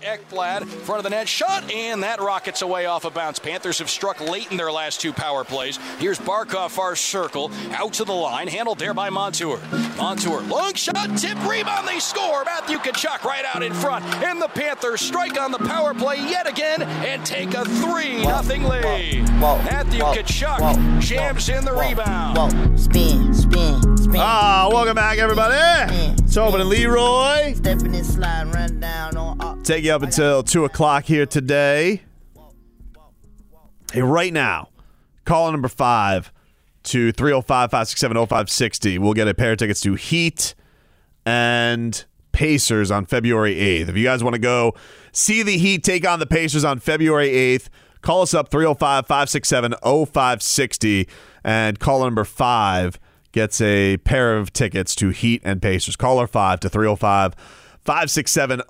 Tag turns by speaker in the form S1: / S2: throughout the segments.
S1: Ekblad, front of the net, shot, and that rockets away off a bounce. Panthers have struck late in their last two power plays. Here's Barkov, far circle, out to the line, handled there by Montour. Montour, long shot, tip, rebound, they score. Matthew Kachuk right out in front, and the Panthers strike on the power play yet again and take a 3 nothing lead. Matthew Kachuk jams in the rebound.
S2: Spin, spin, spin.
S3: Ah, welcome back, everybody. It's Tobin and Leroy.
S2: Stepping and sliding, run down on up.
S3: Take you up until 2 o'clock here today. Hey, right now, call number 5 to 305 567 0560. We'll get a pair of tickets to Heat and Pacers on February 8th. If you guys want to go see the Heat take on the Pacers on February 8th, call us up 305 567 0560. And caller number five gets a pair of tickets to Heat and Pacers. Caller five to 305 567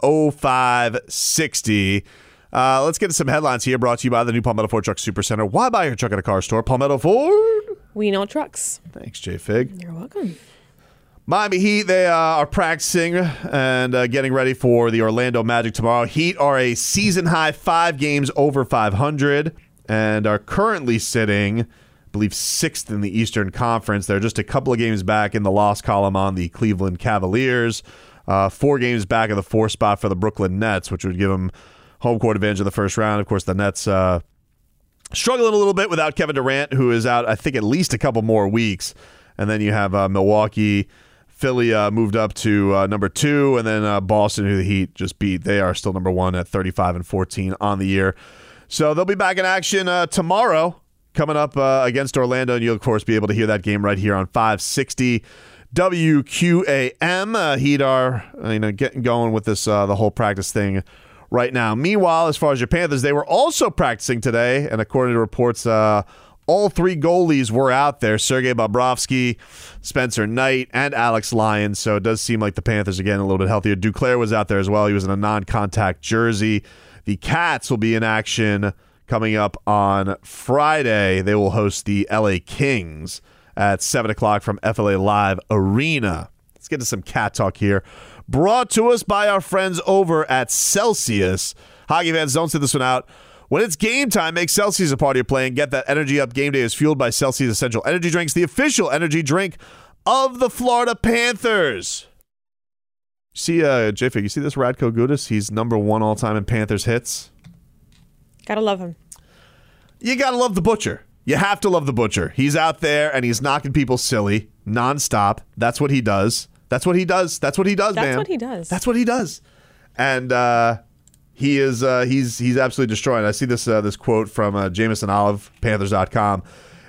S3: 0560. Uh, let's get to some headlines here brought to you by the new Palmetto Ford Truck Supercenter. Why buy your truck at a car store? Palmetto Ford.
S4: We know trucks.
S3: Thanks, J Fig.
S4: You're welcome.
S3: Miami Heat, they uh, are practicing and uh, getting ready for the Orlando Magic tomorrow. Heat are a season high five games over 500 and are currently sitting, I believe, sixth in the Eastern Conference. They're just a couple of games back in the loss column on the Cleveland Cavaliers, uh, four games back of the four spot for the Brooklyn Nets, which would give them home court advantage in the first round. Of course, the Nets. Uh, struggling a little bit without Kevin Durant, who is out, I think, at least a couple more weeks. And then you have uh, Milwaukee, Philly uh, moved up to uh, number two, and then uh, Boston, who the Heat just beat. They are still number one at 35 and 14 on the year. So they'll be back in action uh, tomorrow, coming up uh, against Orlando. And you'll, of course, be able to hear that game right here on 560. WQAM uh, Heat are uh, you know getting going with this uh, the whole practice thing right now. Meanwhile, as far as your Panthers, they were also practicing today, and according to reports, uh, all three goalies were out there: Sergei Bobrovsky, Spencer Knight, and Alex Lyons. So it does seem like the Panthers again a little bit healthier. Duclair was out there as well; he was in a non-contact jersey. The Cats will be in action coming up on Friday. They will host the LA Kings at 7 o'clock from FLA Live Arena. Let's get to some cat talk here. Brought to us by our friends over at Celsius. Hockey fans, don't sit this one out. When it's game time, make Celsius a part of your play and get that energy up. Game day is fueled by Celsius Essential Energy Drinks, the official energy drink of the Florida Panthers. See, uh, J-Fig, you see this Radko Gudis? He's number one all time in Panthers hits.
S4: Gotta love him.
S3: you gotta love the butcher. You have to love the butcher. He's out there and he's knocking people silly nonstop. That's what he does. That's what he does. That's what he does,
S4: That's
S3: man.
S4: what he does.
S3: That's what he does. And uh, he is uh, he's he's absolutely destroying. I see this uh, this quote from uh, Jameson Olive, Panthers.com.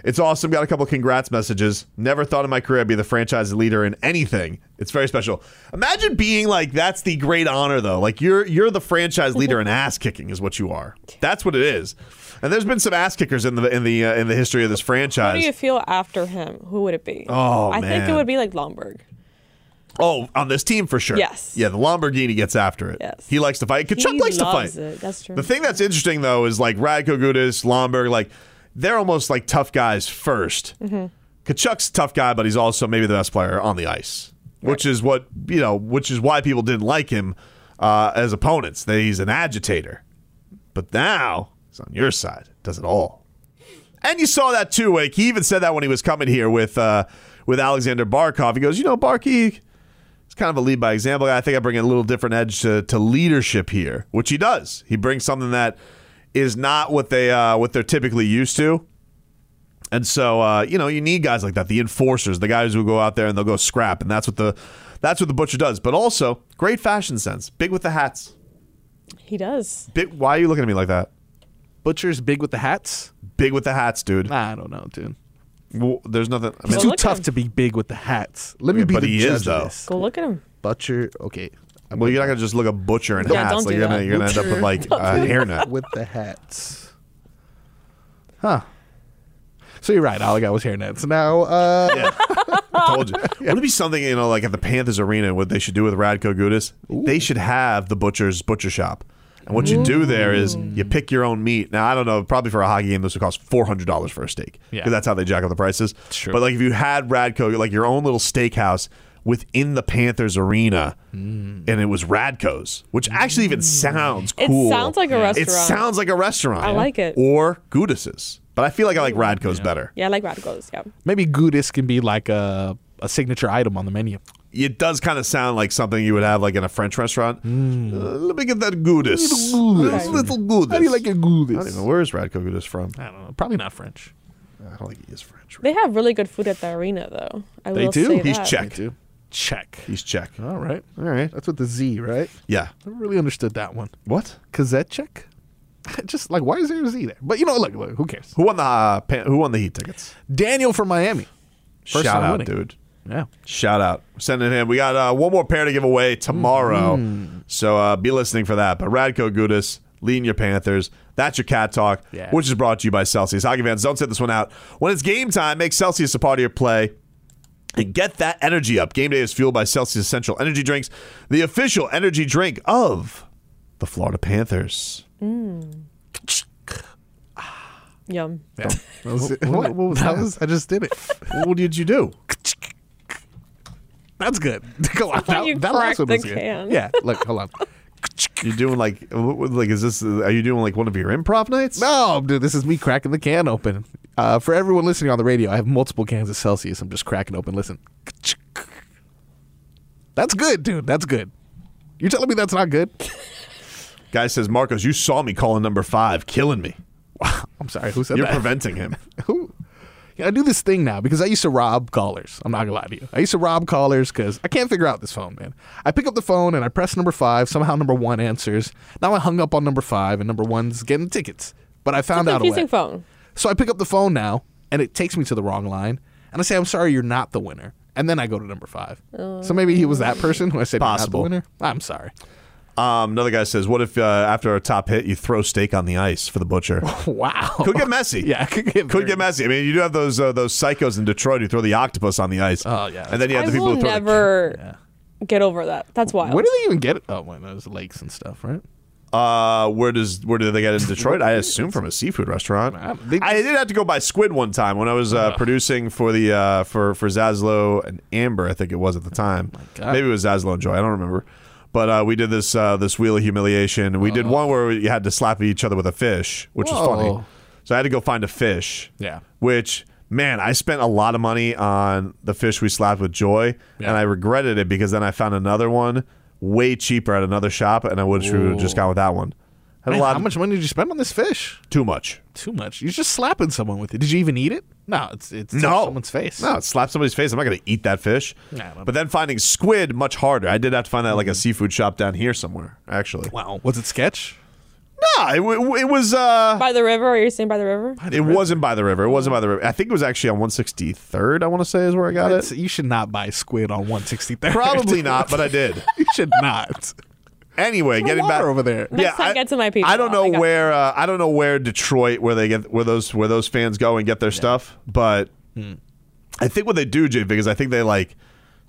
S3: It's awesome. Got a couple congrats messages. Never thought in my career I'd be the franchise leader in anything. It's very special. Imagine being like that's the great honor though. Like you're you're the franchise leader in ass kicking is what you are. That's what it is. And there's been some ass kickers in the in the uh, in the history of this franchise.
S4: How do you feel after him? Who would it be?
S3: Oh,
S4: I think
S3: man.
S4: it would be like Lomberg.
S3: Oh, on this team for sure.
S4: Yes.
S3: Yeah, the Lamborghini gets after it.
S4: Yes.
S3: He likes to fight. Kachuk
S4: He
S3: likes to
S4: loves
S3: fight.
S4: it. That's true.
S3: The thing that's interesting though is like Radko Gudis, Lomberg, like they're almost like tough guys 1st Kachuk's a tough guy, but he's also maybe the best player on the ice, which is what you know, which is why people didn't like him uh, as opponents. That he's an agitator, but now he's on your side. Does it all. And you saw that too, Wake. He even said that when he was coming here with uh, with Alexander Barkov. He goes, you know, Barky, he's kind of a lead by example guy. I think I bring a little different edge to, to leadership here, which he does. He brings something that is not what they uh, what they're typically used to. And so uh, you know you need guys like that, the enforcers, the guys who go out there and they'll go scrap, and that's what the that's what the butcher does. But also great fashion sense, big with the hats.
S4: He does.
S3: Big, why are you looking at me like that?
S5: Butcher's big with the hats.
S3: Big with the hats, dude.
S5: I don't know, dude.
S3: W- There's nothing. I
S5: It's
S3: mean,
S5: too
S4: look at
S5: tough
S4: him.
S5: to be big with the hats. Let me
S3: Yeah,
S5: be
S3: but
S5: the
S3: he is,
S5: judge of
S3: though.
S5: this.
S4: Go look at him.
S5: Butcher. Okay, I'm
S3: well, you're not gonna just look a butcher in
S4: Yeah,
S3: hats.
S4: don't
S3: like
S4: do
S3: you're gonna
S4: that.
S3: you're gonna end up with like a hairnet.
S5: with the hats. Huh. So you're right. All I got was hairnets. Now, uh,
S3: Yeah. I told you. Would it be something you know like at the Panthers arena? What they should do with Radko Gudis? They should have the butcher's butcher shop. And what you do there is you pick your own meat. Now I don't know, probably for a hockey game this would cost four hundred dollars for a steak
S5: Yeah.
S3: because that's how they jack up the prices.
S5: True.
S3: But like if you had Radko, like your own little steakhouse within the Panthers arena, and it was Radko's, which actually even sounds
S4: It
S3: cool.
S4: sounds like a
S3: It
S4: restaurant.
S3: sounds like a restaurant.
S4: I like it.
S3: Or Gudis's, but I feel like I like Radko's better.
S4: Yeah, I like radicals. Yeah.
S5: maybe Gudis can be like a, a signature item on the menu.
S3: it does kind of sound like something you would have like in a French restaurant. Uh, let me get that goudis.
S5: goudis.
S3: A little goudis.
S5: Hmm. How do you like a
S3: I don't even know
S5: Gudis?
S3: where is Radko Goudis from.
S5: I don't know. Probably not French.
S3: I don't think he is French.
S4: They have really good food at the arena, though. I
S5: They
S4: will
S5: do.
S4: Say
S3: He's
S4: that.
S3: Czech.
S5: Check.
S3: He's Czech.
S5: All right.
S3: All right.
S5: That's with the Z, right?
S3: Yeah.
S5: Never really understood that one.
S3: What?
S5: Kazetchik? Just like why is there a Z there? But you know, look, look who cares?
S3: Who won the uh, pan- Who won the Heat tickets?
S5: Daniel from Miami. First
S3: Shout
S5: time
S3: out,
S5: winning.
S3: dude.
S5: Yeah.
S3: Shout out. We're sending him. We got uh, one more pair to give away tomorrow. So uh, be listening for that. But Radko Gudis, leading your Panthers. That's your cat talk,
S5: Yeah.
S3: which is brought to you by Celsius. Hockey fans, don't sit this one out. When it's game time, make Celsius a part of your play. And get that energy up. Game day is fueled by Celsius Essential Energy Drinks, the official energy drink of the Florida Panthers.
S4: Yum.
S5: What, what was that? was- I just did it.
S3: what did you do?
S5: That's good. Go on.
S4: you
S5: That, that last
S4: cracked
S5: one was
S4: the
S5: good.
S4: can.
S5: Yeah. Look, hold on.
S3: You're doing like, like, is this? Are you doing like one of your improv nights?
S5: No, dude, this is me cracking the can open. Uh, for everyone listening on the radio, I have multiple cans of Celsius. I'm just cracking open. Listen. That's good, dude. That's good. You're telling me that's not good?
S3: Guy says, Marcos, you saw me calling number five, killing me.
S5: I'm sorry. Who said
S3: You're
S5: that?
S3: preventing him.
S5: Who? Yeah, I do this thing now because I used to rob callers. I'm not gonna lie to you. I used to rob callers because I can't figure out this phone, man. I pick up the phone and I press number five. Somehow number one answers. Now I hung up on number five and number one's getting tickets. But I found out a way.
S4: Confusing phone.
S5: So I pick up the phone now and it takes me to the wrong line. And I say, I'm sorry, you're not the winner. And then I go to number five. So maybe he was that
S4: Oh.
S5: person who I said, "You're
S3: Possible.
S5: Not the winner. I'm sorry.
S3: Um, another guy says, What if uh, after a top hit, you throw steak on the ice for the butcher?
S5: Wow.
S3: could get messy.
S5: yeah, could get
S3: Could
S5: very-
S3: get messy. I mean, you do have those uh, those psychos in Detroit who throw the octopus on the ice.
S5: Oh, yeah,
S3: And then you have
S4: I
S3: the people
S4: will
S3: who throw the-
S4: never get over that. That's wild.
S5: Where do they even get it? Oh, when those lakes and stuff, right?
S3: Uh, where does where do they get it in Detroit? I assume from a seafood restaurant.
S5: I think-
S3: I did have to go buy squid one time when I was uh, producing for the uh, for for Zaslow and Amber. I think it was at the time.
S5: Oh God.
S3: Maybe it was Zaslow and Joy. I don't remember. But uh, we did this uh, this wheel of humiliation. We did one where you had to slap each other with a fish, which
S5: Uh-huh. Whoa.
S3: was funny. So I had to go find a fish.
S5: Yeah.
S3: Which man, I spent a lot of money on the fish we slapped with Joy, and I regretted it because then I found another one way cheaper at another shop, and I wish we would have just gone with that one. Had
S5: Man,
S3: a lot
S5: how much money did you spend on this fish?
S3: too much.
S5: Too much. You're just slapping someone with it. Did you even eat it? No, it's it's touched
S3: No.
S5: someone's face.
S3: No, slap somebody's face. I'm not going to eat that fish.
S5: Nah, but-
S3: but then finding squid much harder. I did have to find that at, like a seafood shop down here somewhere. Actually,
S5: Wow. Was it sketch?
S3: nah, it, w- it was. uh
S4: By the river? Are you saying by the river?
S3: It wasn't by the river. It wasn't by the river. I think it was actually on 163rd. I want to say is where I got
S5: That's-
S3: it.
S5: you should not buy squid on 163rd.
S3: Probably not, but I did.
S5: you should not.
S3: Anyway, getting
S5: water
S3: back
S5: over there.
S4: Next time, get to my people.
S3: I don't
S4: I
S3: know
S4: got
S3: where uh, I don't know where Detroit where they get where those where those fans go and get their stuff, but
S5: Hmm.
S3: I think what they do, JV, is I think they like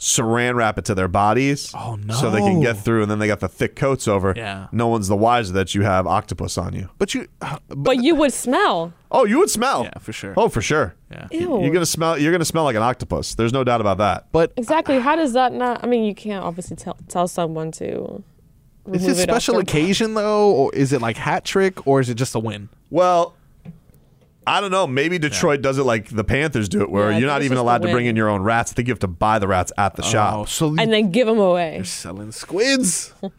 S3: saran wrap it to their bodies,
S5: Oh,
S3: so they can
S5: no.
S3: get through, and then they got the thick coats over.
S5: Yeah.
S3: no one's the wiser that you have octopus on you.
S5: But you. uh,
S4: But you would smell.
S3: Oh, you would smell.
S5: Yeah, for sure.
S3: Oh, for sure.
S5: Yeah.
S4: Ew.
S3: You're gonna smell. You're gonna smell like an octopus. There's no doubt about that.
S5: But
S4: Exactly. How does that not? I mean, you can't obviously tell tell someone to.
S5: is
S4: remove
S5: it
S4: it off
S5: special
S4: their-
S5: occasion though, or is it like hat trick, or is it just a win?
S3: Well, I don't know. Maybe Detroit does it like the Panthers do it, where
S4: Yeah, I
S3: you're
S4: think
S3: not
S4: it's
S3: even
S4: just the
S3: allowed to
S4: win.
S3: bring in your own rats. I think you have to buy the rats at the
S5: Oh,
S3: shop.
S5: so
S4: and then give them away.
S5: selling squids. All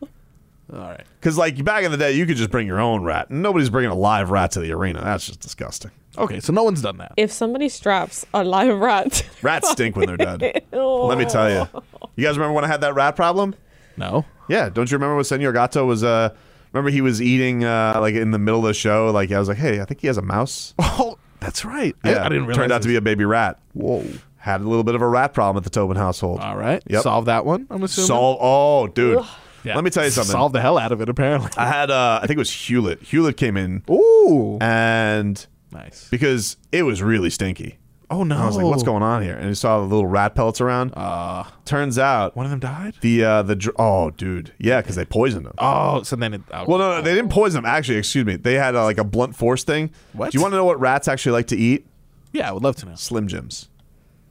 S5: right.
S3: Because like back in the day, you could just bring your own rat. Nobody's bringing a live rat to the arena. That's just disgusting.
S5: Okay, so no one's done that.
S4: If somebody straps a live rat,
S3: Rats stink when they're dead. Let me tell you. You guys remember when I had that rat problem?
S5: No.
S3: Yeah, don't you remember when Senor Gato was? Uh, remember he was eating uh, like in the middle of the show. Like I was like, hey, I think he has a mouse.
S5: Oh, that's right. I, I didn't realize.
S3: Turned out to be
S5: this.
S3: a baby rat. Whoa. Had a little bit of a rat problem at the Tobin household.
S5: All right.
S3: Yep.
S5: Solve that one. I'm assuming.
S3: Solve. Oh, dude.
S5: Yeah.
S3: Let me tell you something.
S5: Solve the hell out of it. Apparently.
S3: I had. Uh, I think it was Hewlett. Hewlett came in
S5: Ooh.
S3: and
S5: Nice.
S3: because it was really stinky.
S5: oh no.
S3: I was like, what's going on here? And he saw the little rat pellets around. Turns out
S5: One of them died.
S3: the uh, the dr- oh dude yeah because they poisoned him.
S5: Oh, so then it. oh,
S3: Well, no, no, they didn't poison them. Actually, excuse me. They had uh, like a blunt force thing.
S5: What?
S3: Do you want to know what rats actually like to eat?
S5: Yeah, I would love to know.
S3: Slim Jims.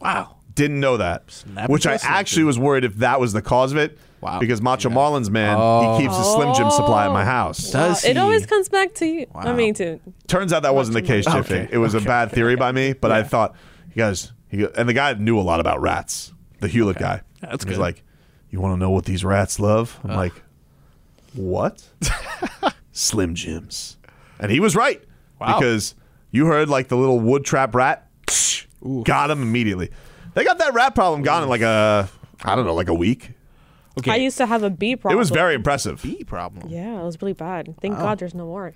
S5: Wow.
S3: Didn't know that.
S5: Snap
S3: which I
S5: and twist,
S3: actually
S5: dude.
S3: was worried if that was the cause of it.
S5: Wow. Oh.
S3: Because Macho Marlin's man, he keeps his Slim Jim supply at my house.
S4: Wow,
S5: Does
S4: it
S5: he?
S4: always comes back to you. I mean, to
S3: Turns out that wasn't the case,
S5: Marlin.
S3: Jiffy.
S5: Okay,
S3: It was a
S5: okay,
S3: bad theory by me, but I thought, you guys, he, go- and the guy knew a lot about rats, the Hewlett guy.
S5: Yeah, that's
S3: He's
S5: good.
S3: like, you want to know what these rats love? I'm like, what? Slim Jims. And he was right.
S5: Wow.
S3: Because you heard like the little wood trap rat, got him immediately. They got that rat problem gone in like a, I don't know, like a week.
S4: I
S5: Okay.
S4: used to have a bee problem.
S3: It was very impressive.
S5: bee problem.
S4: Yeah, it was really bad. Thank God there's no more.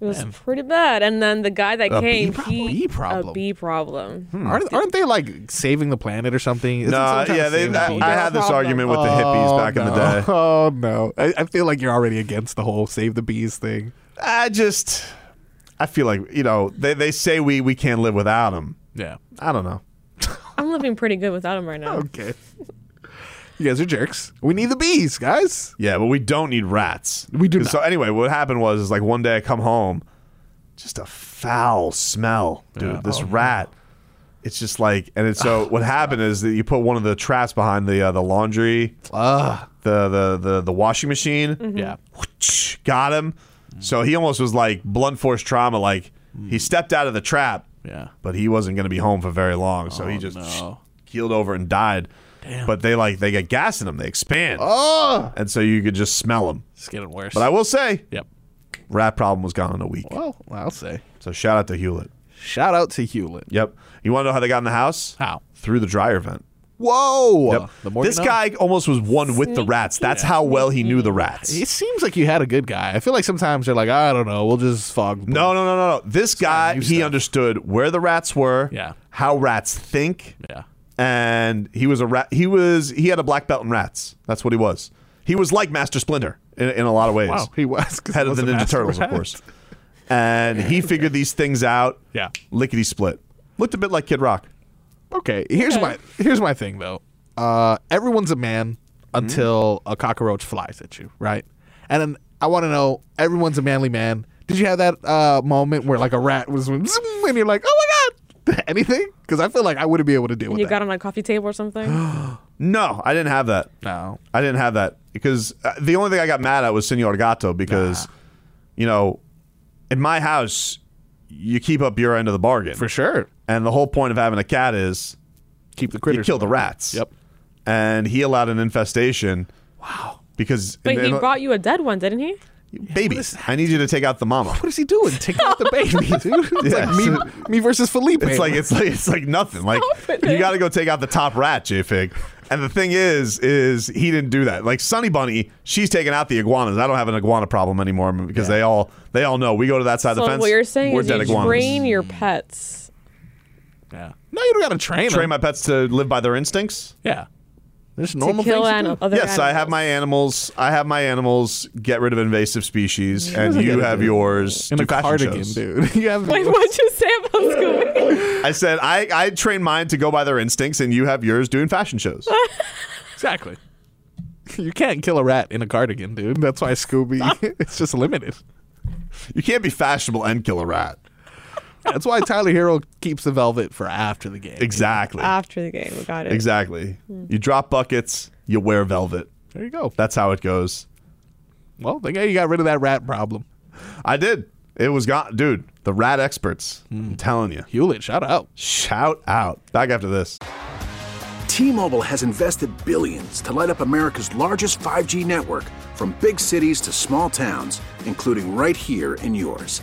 S4: It was pretty bad. And then the guy that
S5: A bee
S4: came,
S5: prob-
S4: he
S5: bee problem. Hmm.
S4: a bee problem.
S5: Aren't, aren't they like saving the planet or something? Isn't
S3: Nah,
S5: someone trying to
S3: yeah, they,
S5: save the
S3: I,
S5: bees?
S3: I had this
S4: Problem.
S3: argument with the hippies back in the day.
S5: Oh no! I, I feel like you're already against the whole save the bees thing.
S3: I just, I feel like you know they, they say we we can't live without them.
S5: Yeah.
S3: I don't know.
S4: I'm living pretty good without him right now.
S5: Okay. you guys are jerks. We need the bees, guys.
S3: Yeah, but we don't need rats.
S5: We do
S3: So anyway, what happened was is like one day I come home, just a foul smell, dude.
S5: Yeah.
S3: This rat. It's just like, and it's so what happened is that you put one of the traps behind the uh, the laundry, the, the the the washing machine.
S5: Yeah.
S3: Got him. So he almost was like blunt force trauma. Like he stepped out of the trap.
S5: Yeah. Oh,
S3: But he wasn't going to be home for very long, so he just
S5: no.
S3: keeled over and died. But they like they get gas in them. They expand,
S5: Oh,
S3: and so you could just smell them.
S5: it's getting worse.
S3: But I will say,
S5: Yep.
S3: rat problem was gone in a week.
S5: Well, I'll say.
S3: So shout out to Hewlett.
S5: Shout out to Hewlett.
S3: Yep. You want to know how they got in the house?
S5: How?
S3: Through the dryer vent.
S5: Whoa.
S3: Yep.
S5: The more you
S3: this
S5: know.
S3: guy almost was one with the rats. That's how well he knew the rats.
S5: It seems like you had a good guy. I feel like sometimes they're like, I don't know, we'll just fog. the
S3: No, no, no, no, no. This guy,
S5: new
S3: he
S5: stuff.
S3: understood where the rats were,
S5: Yeah.
S3: how rats think,
S5: Yeah.
S3: and he was a rat. He was he had a black belt in rats. That's what he was. He was like Master Splinter in, in a lot of ways.
S5: Wow, he was 'cause
S3: head
S5: he
S3: of the
S5: was a
S3: Ninja
S5: master
S3: Turtles,
S5: rat.
S3: of course. And he figured these things out.
S5: Yeah.
S3: lickety split. Looked a bit like Kid Rock.
S5: Okay. Here's my here's my thing though. Uh, everyone's a man
S3: Mm-hmm.
S5: until a cockroach flies at you, right? And then I want to know, everyone's a manly man. Did you have that uh, moment where like a rat was zoom, and you're like, oh my god, anything? Because I feel like I wouldn't be able to deal with
S4: You
S5: that.
S4: got on a coffee table or something?
S3: No, I didn't have that.
S5: no.
S3: I didn't have that because uh, the only thing I got mad at was Senor Gato because, you know, in my house, you keep up your end of the bargain
S5: For sure.
S3: And the whole point of having a cat is
S5: Keep the
S3: you
S5: critters.
S3: kill the rats.
S5: Yep.
S3: And he allowed an infestation. Wow. Because
S4: But
S3: and-
S4: he
S3: and-
S4: brought you a dead one, didn't he?
S3: baby, I need you to take out the mama.
S5: What is he doing? Taking out the baby, dude. It's
S3: Yeah,
S5: like me, me versus Felipe.
S3: It's like it's like it's like nothing. Like
S4: Stop it.
S3: you got to go take out the top rat, J Fig. And the thing is, is he didn't do that. Like Sunny Bunny, she's taking out the iguanas. I don't have an iguana problem anymore because they all they all know we go to that side of
S4: So
S3: the fence.
S4: what you're saying
S3: we're
S4: is
S3: dead
S4: you
S3: iguanas.
S4: train your
S5: Hmm.
S4: pets.
S5: yeah. No, you don't got to train.
S3: Train
S5: him.
S3: my pets to live by their instincts.
S5: Yeah. There's normal
S4: kill
S5: things to
S4: ani-
S5: do.
S4: other
S3: yes, I have
S4: animals.
S3: my animals. I have my animals. Get rid of invasive species, and
S5: doesn't
S3: you
S5: get
S3: have
S5: it.
S3: yours.
S5: In
S3: do
S5: a
S3: fashion
S5: cardigan,
S3: shows.
S5: dude. You have
S4: Wait, what'd you say about Scooby?
S3: I said I I train mine to go by their instincts, and you have yours doing fashion shows.
S5: exactly. You can't kill a rat in a cardigan, dude. That's why Scooby. it's just limited.
S3: you can't be fashionable and kill a rat.
S5: That's why Tyler Hero keeps the velvet for after the game.
S3: Exactly.
S4: After the game, we got it.
S3: Exactly. You drop buckets, you wear velvet.
S5: There you go.
S3: That's how it goes.
S5: Well, there you go. you got rid of that rat problem.
S3: I did. It was gone, dude. The rat experts.
S5: Hmm.
S3: I'm telling you.
S5: Hewlett, shout out.
S3: Shout out. Back after this.
S6: T-Mobile has invested billions to light up America's largest 5G network from big cities to small towns, including right here in yours.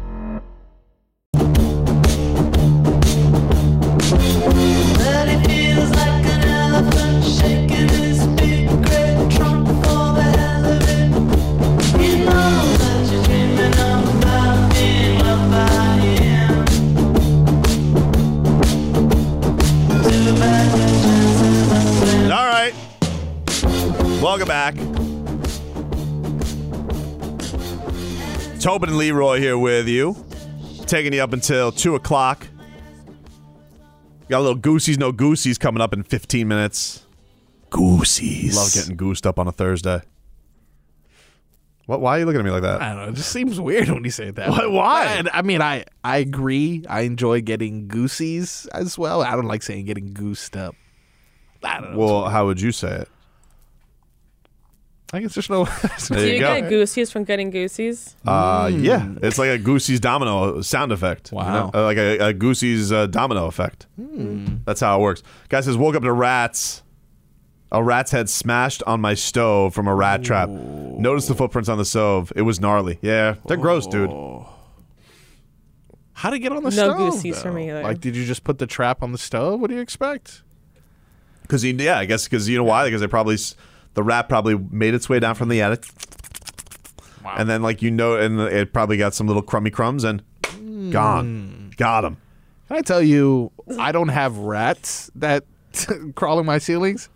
S7: But it feels like an elephant shaking his big great trunk for the hell of it. You know that you're dreaming about being loved by him. Too bad the chances are slim.
S3: All right. Welcome back. Tobin and Leroy here with you, taking you up until 2 o'clock. Got a little goosies, no goosies coming up in 15 minutes.
S8: Goosies.
S3: Love getting goosed up on a Thursday. What? Why are you looking at me like
S5: I
S3: that?
S5: don't know. It just seems weird when you say it that. way.
S3: Why- why?
S5: And, I mean, I I agree. I enjoy getting goosies as well. I don't like saying getting goosed up. I don't know.
S3: Well, how would you say it?
S5: I guess there's no.
S3: There
S4: Do
S3: you
S4: you
S3: go.
S4: get goosies from getting goosies?
S3: Uh,
S4: Hmm.
S3: yeah, it's like a Goosey's domino sound effect.
S5: Wow.
S3: Uh, like a, a Goosey's uh, domino effect.
S4: Hmm.
S3: That's how it works. Guy says, woke up to rats. A rat's head smashed on my stove from a rat trap. Noticed the footprints on the stove. It was gnarly. Yeah, they're gross, dude.
S5: How to get on the
S4: No
S5: stove?
S4: goosies
S5: though?
S4: for me either.
S5: Like, did you just put the trap on the stove? What do you expect?
S3: Because he, yeah, I guess because you know why? Because they probably s- the rat probably made its way down from the attic, and then like you know, and it probably got some little crummy crumbs and
S4: Hmm.
S3: gone, got him.
S5: Can I tell you, I don't have rats that crawl in my ceilings.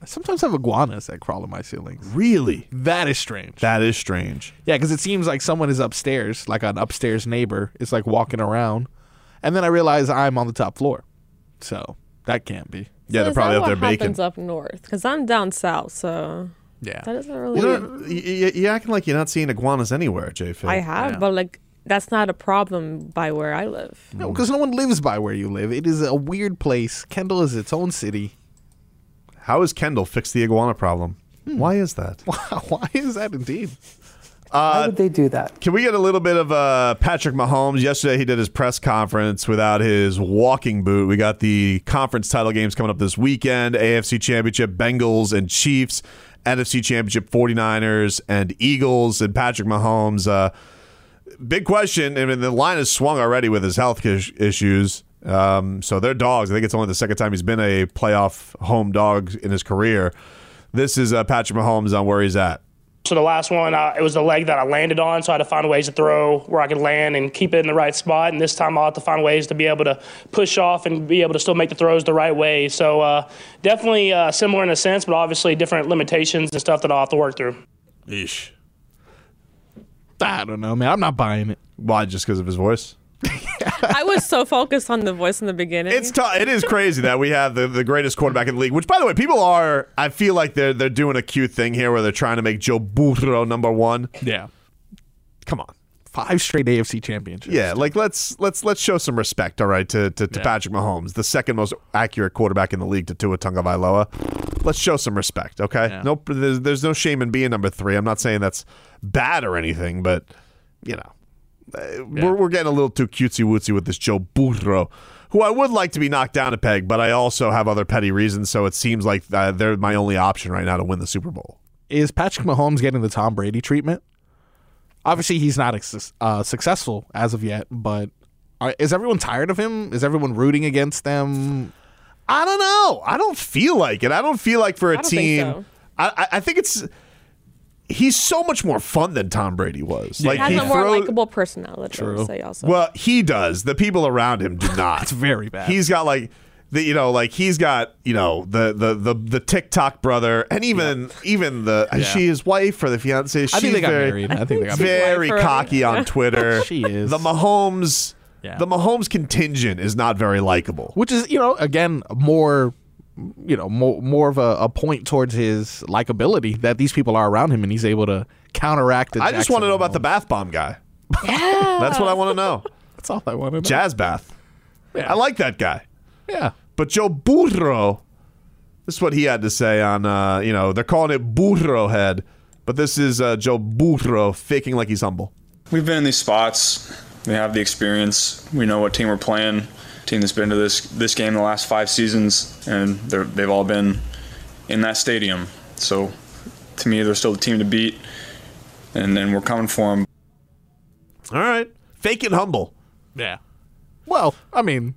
S5: I sometimes have iguanas that crawl in my ceilings.
S3: Really,
S5: That is strange.
S3: that is strange.
S5: Yeah, because it seems like someone is upstairs, like an upstairs neighbor is like walking around, and then I realize I'm on the top floor, so that can't be.
S3: Yeah,
S4: So
S3: they're
S4: is
S3: probably
S4: that
S3: up there
S4: what
S3: baking.
S4: happens up north? Because I'm down south, so
S5: Yeah,
S4: that doesn't really.
S3: You know, y- y- you're acting like you're not seeing iguanas anywhere, J. Phil.
S4: I have, but like that's not a problem by where I live.
S5: no, because no one lives by where you live. It is a weird place. Kendall is its own city.
S3: How has Kendall fixed the iguana problem? Why is that?
S5: Why is that indeed?
S3: Can we get a little bit of uh, Patrick Mahomes? Yesterday, he did his press conference without his walking boot. We got the conference title games coming up this weekend AFC Championship, Bengals and Chiefs, NFC Championship, 49ers and Eagles. And Patrick Mahomes, uh, big question. I mean, the line has swung already with his health is- issues. Um, so they're dogs. I think it's only the second time he's been a playoff home dog in his career. This is uh, Patrick Mahomes on where he's at.
S9: So the last one, I, it was the leg that I landed on, so I had to find ways to throw where I could land and keep it in the right spot. And this time, I'll have to find ways to be able to push off and be able to still make the throws the right way. So uh, definitely uh, similar in a sense, but obviously different limitations and stuff that I'll have to work through.
S5: Ish. I don't know, man. I'm not buying it.
S3: Why? Just because of his voice?
S4: I was so focused on the voice in the beginning.
S3: It's t- it is crazy that we have the, the greatest quarterback in the league. Which, by the way, people are. I feel like they're they're doing a cute thing here where they're trying to make Joe Burrow number one.
S5: Yeah.
S3: Come on,
S5: five straight AFC championships.
S3: Yeah, like let's let's let's show some respect, all right, to to, to Patrick Mahomes, the second most accurate quarterback in the league to Tua Tagovailoa. Let's show some respect, okay?
S5: Yeah.
S3: Nope, there's, there's no shame in being number three. I'm not saying that's bad or anything, but you know, uh, we're we're getting a little too cutesy wootsy with this Joe Burrow, who I would like to be knocked down a peg, but I also have other petty reasons. So it seems like uh, they're my only option right now to win the Super Bowl.
S5: Is Patrick Mahomes getting the Tom Brady treatment? Obviously, he's not ex- uh, successful as of yet, but are, is everyone tired of him? Is everyone rooting against them?
S3: I don't know. I don't feel like it. I don't feel like for a
S5: I don't think
S3: team.
S5: so.
S3: I, I I think it's he's so much more fun than Tom Brady was. Like
S4: has
S3: he
S4: a more
S3: throws.
S4: likable personality. True. Say also.
S3: Well, he does. The people around him do not. it's
S5: very bad.
S3: He's got like the you know like he's got you know the the the, the TikTok brother and even even the
S5: Yeah.
S3: is she his wife or the fiance.
S5: I think
S3: She's
S5: they got
S3: very,
S5: married. I think they got married.
S3: very
S5: She's wife or-
S3: cocky
S5: Yeah.
S3: on Twitter.
S5: She is.
S3: the Mahomes.
S5: Yeah.
S3: The Mahomes contingent is not very likable.
S5: which is you know again more you know more more of a, a point towards his likability that these people are around him and he's able to counteract it
S3: I just want to know about the bath bomb guy. That's what I want to know.
S5: that's all i want to know
S3: Jazz bath. I like that guy.
S5: yeah
S3: But Joe Burro, this is what he had to say on, uh, you know, they're calling it Burro head, but this is uh, Joe Burro faking like he's humble.
S10: We've been in these spots. We have the experience. We know what team we're playing. Team that's been to this this game the last five seasons, and they're, they've all been in that stadium. So, to me, they're still the team to beat, and then we're coming for them.
S3: All right. Fake and humble.
S5: yeah well i mean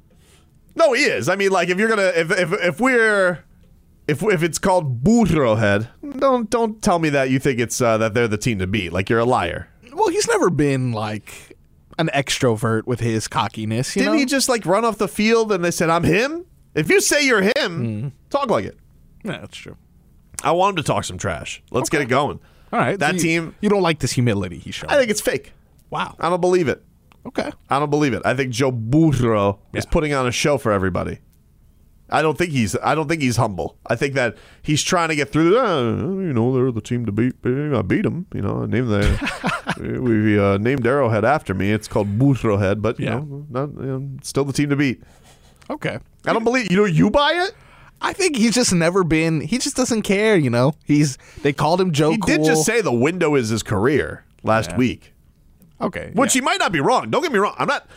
S3: No, he is. I mean, like, if you're going to, if, if, if we're. If, if it's called Burro head, don't don't tell me that you think it's uh, that they're the team to beat. Like you're a liar.
S5: well he's never been like an extrovert with his cockiness you
S3: Didn't
S5: know?
S3: he just like run off the field and they said, I'm him? If you say you're him,
S5: Hmm.
S3: talk like it.
S5: yeah that's true
S3: I want him to talk some trash. Let's get it going.
S5: all right
S3: That
S5: so you-
S3: team,
S5: you don't like this humility he showed
S3: I think it's fake.
S5: wow
S3: I don't believe it.
S5: okay
S3: I don't believe it. I think Joe Burrow is putting on a show for everybody. I don't think he's. I don't think he's humble. I think that he's trying to get through. Uh, you know, they're the team to beat. eh, I beat them. You know, I named the we uh, named Arrowhead after me. It's called Burrowhead, but you
S5: Yeah.
S3: know, not you know, still the team to beat.
S5: okay
S3: I don't believe you know you buy it.
S5: I think he's just never been. He just doesn't care, you know. He's they called him Joe.
S3: He did
S5: Cool.
S3: just say the window is his career last
S5: Yeah.
S3: week,
S5: okay,
S3: which he might not be wrong. Don't get me wrong. I'm not.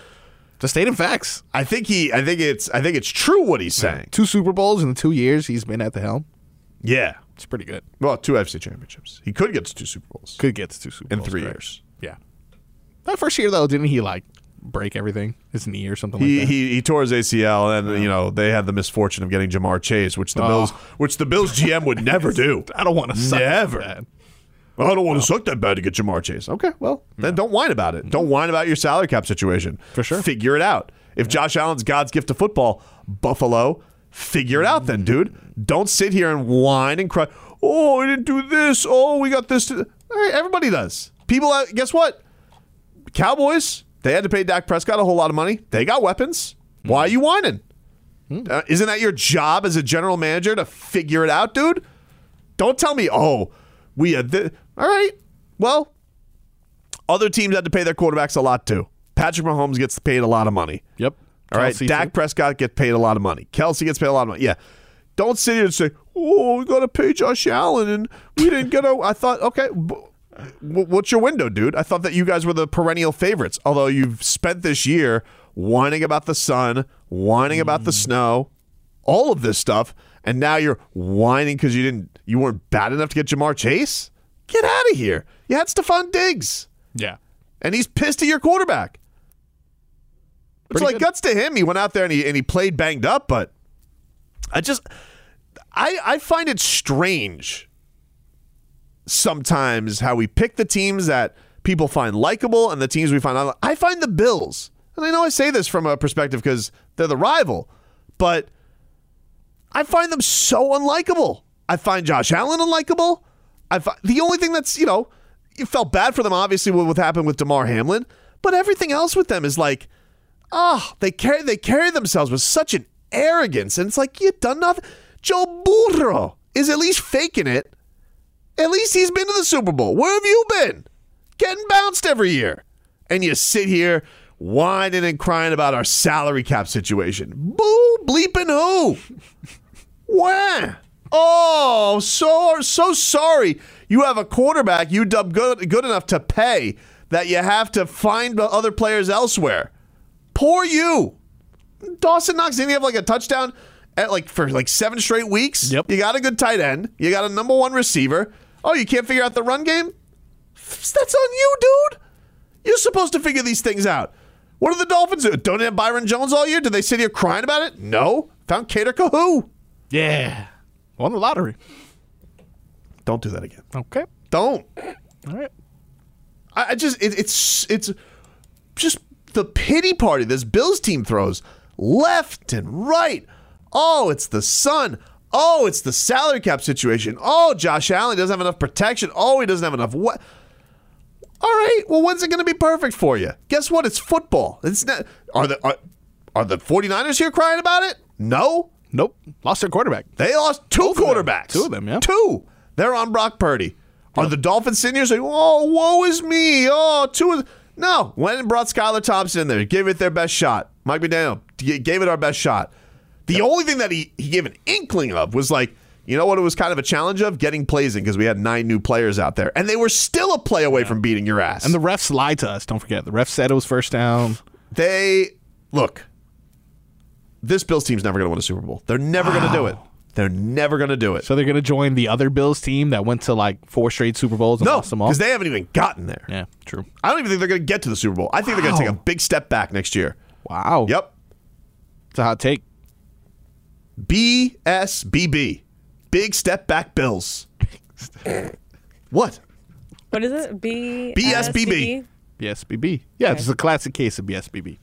S5: the state of facts.
S3: I think he. I think it's. I think it's true what he's saying.
S5: Two Super Bowls in the two years he's been at the helm.
S3: Yeah.
S5: It's pretty good.
S3: Well, two FC championships. He could get to two Super Bowls
S5: Could get to two Super
S3: in
S5: Bowls
S3: three
S5: correct.
S3: years.
S5: Yeah. That first year though, didn't he like break everything? His knee or something
S3: He,
S5: like that.
S3: he he tore his ACL, and you know they had the misfortune of getting Jamar Chase, which the Bills, which the Bills GM would never do.
S5: Oh. I don't want to suck.
S3: Never.
S5: That.
S3: I don't want to suck that bad to get Jamar Chase. Okay, well then don't whine about it. Don't whine about your salary cap situation. For
S5: sure.
S3: figure it out. If Josh Allen's God's gift to football, Buffalo, figure it out then, dude. Don't sit here and whine and cry. Oh, we didn't do this. Oh, we got this. To-. All right, everybody does. People, uh, guess what? Cowboys, they had to pay Dak Prescott a whole lot of money. They got weapons. Why are you whining? Uh, isn't that your job as a general manager to figure it out, dude? Don't tell me, oh, we had thi-" All right. Well, other teams had to pay their quarterbacks a lot too. Patrick Mahomes gets paid a lot of money.
S5: Yep.
S3: All right.
S5: Kelsey,
S3: Dak
S5: too.
S3: Prescott gets paid a lot of money. Kelsey gets paid a lot of money. Yeah. Don't sit here and say, oh, we got to pay Josh Allen and we didn't get a. I thought, okay. b- w- What's your window, dude? I thought that you guys were the perennial favorites. Although you've spent this year whining about the sun, whining about the
S5: Mm.
S3: snow, all of this stuff, and now you're whining because you didn't, you weren't bad enough to get Jamar Chase. Get out of here! You had Stephon Diggs
S5: Yeah.
S3: and he's pissed at your quarterback. It's
S5: Pretty
S3: like
S5: good.
S3: guts to him. He went out there and he and he played banged up, but I just I I find it strange sometimes how we pick the teams that people find likable and the teams we find unlikable. I find the Bills, and I know I say this from a perspective because they're the rival, but I find them so unlikable. I find Josh Allen unlikable. I fi- the only thing that's you know you felt bad for them obviously with what happened with Damar Hamlin, but everything else with them is like, ah, they carry they carry themselves with such an arrogance, and it's like you done nothing. Joe Burrow is at least faking it. At least he's been to the Super Bowl. Where have you been? Getting bounced every year. and you sit here whining and crying about our salary cap situation. Boo bleeping who? Wah. Oh, so so sorry. You have a quarterback you dub good good enough to pay that you have to find the other players elsewhere. Poor you. Dawson Knox didn't he have like a touchdown at like for like seven straight weeks. Yep. You got a good tight end. You got a number one receiver. Oh, you can't figure out the run game? That's on you, dude. You're supposed to figure these things out. What do the Dolphins do? Don't they have Byron Jones all year? Did they sit here crying about it? No. Found Cater Kahoo.
S5: Yeah. Won the lottery.
S3: Don't do that again.
S5: Okay.
S3: Don't.
S5: All right.
S3: I, I just it, it's it's just the pity party this Bills team throws left and right. Oh, it's the sun. Oh, it's the salary cap situation. Oh, Josh Allen doesn't have enough protection. Oh, he doesn't have enough what. All right. Well, when's it going to be perfect for you? Guess what? It's football. It's not. Are the are, are the 49ers here crying about it? No.
S5: Nope. Lost their quarterback.
S3: They lost two quarterbacks.
S5: Two of them, yeah.
S3: Two. They're on Brock Purdy. Are the Dolphins sitting here saying, "Oh, woe is me"? Oh, two of no. Went and brought Skylar Thompson in there. Give it their best shot. Mike McDaniel g- gave it our best shot. The only thing that he, he gave an inkling of was like, you know what? It was kind of a challenge of getting plays in because we had nine new players out there, and they were still a play away from beating your ass.
S5: And the refs lied to us. Don't forget. The refs said it was first down.
S3: They look. This Bills team's never going to win a Super Bowl. They're never going to do it. They're never going to do it.
S5: So they're going to join the other Bills team that went to like four straight Super Bowls and
S3: No,
S5: lost them all.
S3: because they haven't even gotten there.
S5: yeah, true.
S3: I don't even think they're going to get to the Super Bowl. I think they're going to
S5: Wow.
S3: take a big step back next year.
S5: Wow.
S3: Yep.
S5: It's a hot take.
S3: BSBB. Big step back Bills. what?
S4: What is it? B E?
S3: BSBB.
S5: BSBB. Yeah, it's a classic case of BSBB.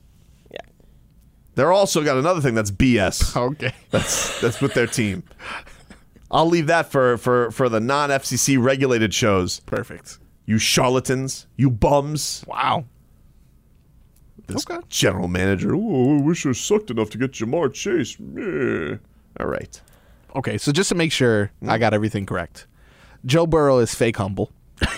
S3: They're also got another thing that's BS.
S5: Okay.
S3: That's that's with their team. I'll leave that for for for the non FCC regulated shows.
S5: Perfect.
S3: You charlatans, you bums.
S5: Wow.
S3: This
S5: Okay.
S3: general manager. Oh, I wish I sucked enough to get Jamar Chase. Meh. All right.
S5: Okay, so just to make sure I got everything correct, Joe Burrow is fake humble,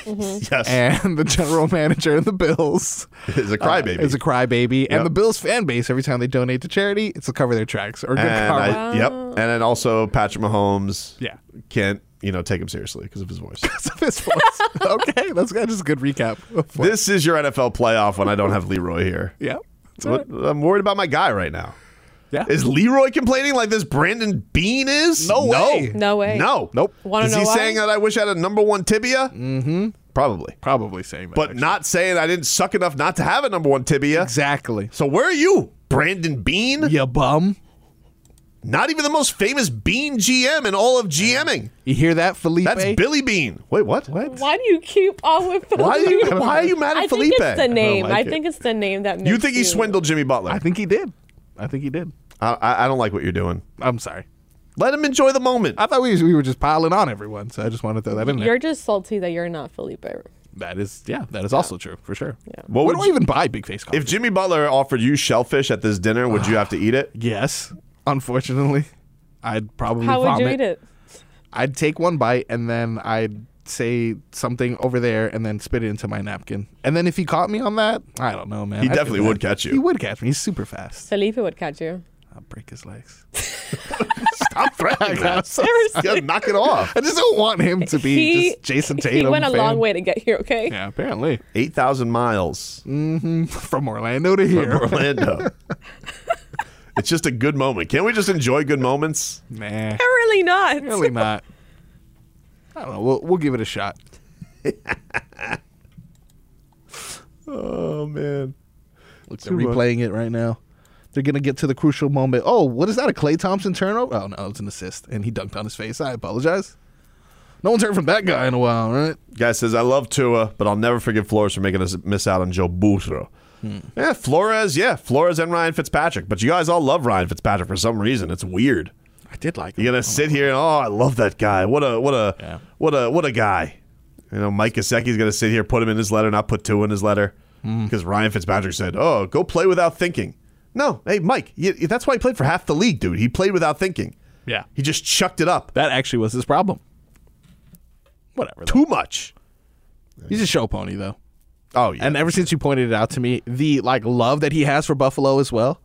S3: Yes.
S5: Mm. and the general manager of the Bills uh,
S3: It's a crybaby.
S5: is a crybaby,
S3: Yep.
S5: and the Bills fan base every time they donate to charity, it's to cover their tracks or good
S3: and
S5: karma.
S3: I, yep.
S4: Oh.
S3: And then also Patrick Mahomes.
S5: Yeah.
S3: Can't you know take him seriously because of his voice.
S5: So this was- okay, that's good. Just a good recap. of what-
S3: this is your NFL playoff when I don't have Leroy here.
S5: yeah,
S3: What, I'm worried about my guy right now.
S5: yeah.
S3: Is Leroy complaining like this Brandon Bean is?
S5: No way.
S4: No way.
S3: No. Nope.
S4: Wanna
S3: is
S4: know
S3: he
S4: why?
S3: saying that I wish I had a number one tibia? Mm-hmm. Probably.
S5: Probably saying that,
S3: But
S5: actually.
S3: not saying I didn't suck enough not to have a number one tibia.
S5: exactly.
S3: So where are you, Brandon Bean?
S5: You bum.
S3: Not even the most famous Bean GM in all of GMing.
S5: You hear that, Felipe?
S3: That's Billy Bean. Wait, what?
S5: What?
S4: Why do you keep on with Felipe?
S3: Why are you, why are you mad at
S4: I
S3: Felipe?
S4: think it's the name. I,
S5: like it.
S4: think it's the name that makes
S3: you think he swindled Jimmy Butler?
S5: I think he did. I think he did.
S3: I, I, I don't like what you're doing.
S5: I'm sorry.
S3: Let him enjoy the moment.
S5: I thought we, we were just piling on everyone, so I just wanted to throw that in there.
S4: You're just salty that you're not Felipe.
S5: That is, yeah, that is also true for sure. Yeah.
S3: What
S5: we
S3: would
S5: don't
S3: you-
S5: even buy big face coffee.
S3: If Jimmy Butler offered you shellfish at this dinner, would you have to eat it?
S5: yes, unfortunately, I'd probably
S4: How would
S5: vomit.
S4: you eat it?
S5: I'd take one bite and then I'd say something over there and then spit it into my napkin. And then if he caught me on that, I don't know, man.
S3: He
S5: I'd be
S3: definitely
S5: mad.
S3: would catch you.
S5: He would catch me. He's super fast.
S4: Felipe would catch you.
S5: I'll break his legs.
S3: Stop threatening that.
S4: Seriously.
S3: Yeah, knock it off.
S5: I just don't want him to be
S4: He-
S5: just Jason Tatum.
S4: He went a
S5: fan.
S4: long way to get here, okay?
S5: Yeah, apparently
S3: Eight thousand miles
S5: from Orlando to here.
S3: from Orlando. it's just a good moment. Can't we just enjoy good moments?
S5: nah,
S4: Apparently not.
S5: really not. I don't know. We'll we'll give it a shot.
S3: Oh man.
S5: Look, they're replaying it right now. They're gonna get to the crucial moment. Oh, what is that? A Clay Thompson turnover? Oh no, it's an assist, and he dunked on his face. I apologize. No one's heard from that guy in a while, right?
S3: Guy says, I love Tua, but I'll never forgive Flores for making us miss out on Joe Butro. Yeah, Flores, yeah, Flores and Ryan Fitzpatrick. But you guys all love Ryan Fitzpatrick for some reason. It's weird.
S5: I did like
S3: You're gonna sit here and oh, I love that guy. What a what a
S5: Yeah.
S3: what a what a guy. You know, Mike Gesicki's gonna sit here, put him in his letter, not put two in his letter, because Ryan Fitzpatrick said, "Oh, go play without thinking." No, hey Mike, you, that's why he played for half the league, dude. He played without thinking.
S5: Yeah,
S3: He just chucked it up
S5: that actually was his problem. Whatever. though.
S3: too much.
S5: He's a show pony, though.
S3: Oh yeah.
S5: And ever since you pointed it out to me, the like love that he has for Buffalo as well.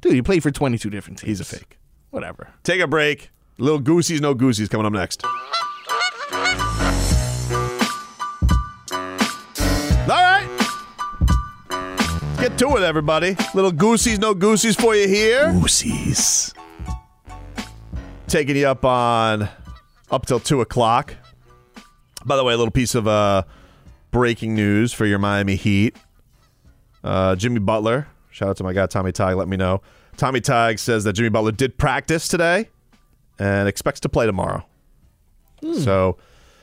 S5: Dude, he played for 22 different teams. He's a fake. Whatever.
S3: Take a break. Little Goosey's No Goosey's coming up next. All right. Get to it, everybody. Little Goosey's No Goosey's for you here. Goosey's. Taking you up on up till 2 o'clock. By the way, a little piece of uh, breaking news for your Miami Heat. Uh, Jimmy Butler, shout out to my guy Tommy Tig, let me know. Tommy Tig says that Jimmy Butler did practice today and expects to play tomorrow. So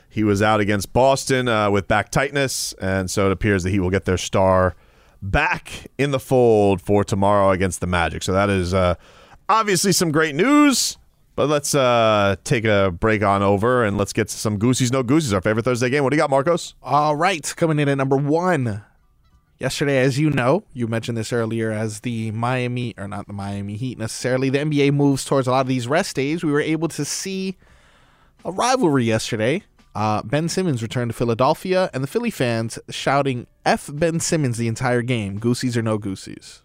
S3: he was out against Boston uh, with back tightness, and so it appears that he will get their star back in the fold for tomorrow against the Magic. So that is uh, obviously some great news. But let's uh, take a break on over and let's get to some Goosies No Goosies, our favorite Thursday game. What do you got, Marcos?
S5: All right, coming in at number one. Yesterday, as you know, you mentioned this earlier, as the Miami, or not the Miami Heat necessarily, the NBA moves towards a lot of these rest days. We were able to see a rivalry yesterday. Uh, ben Simmons returned to Philadelphia, and the Philly fans shouting F Ben Simmons the entire game. Goosies or no goosies?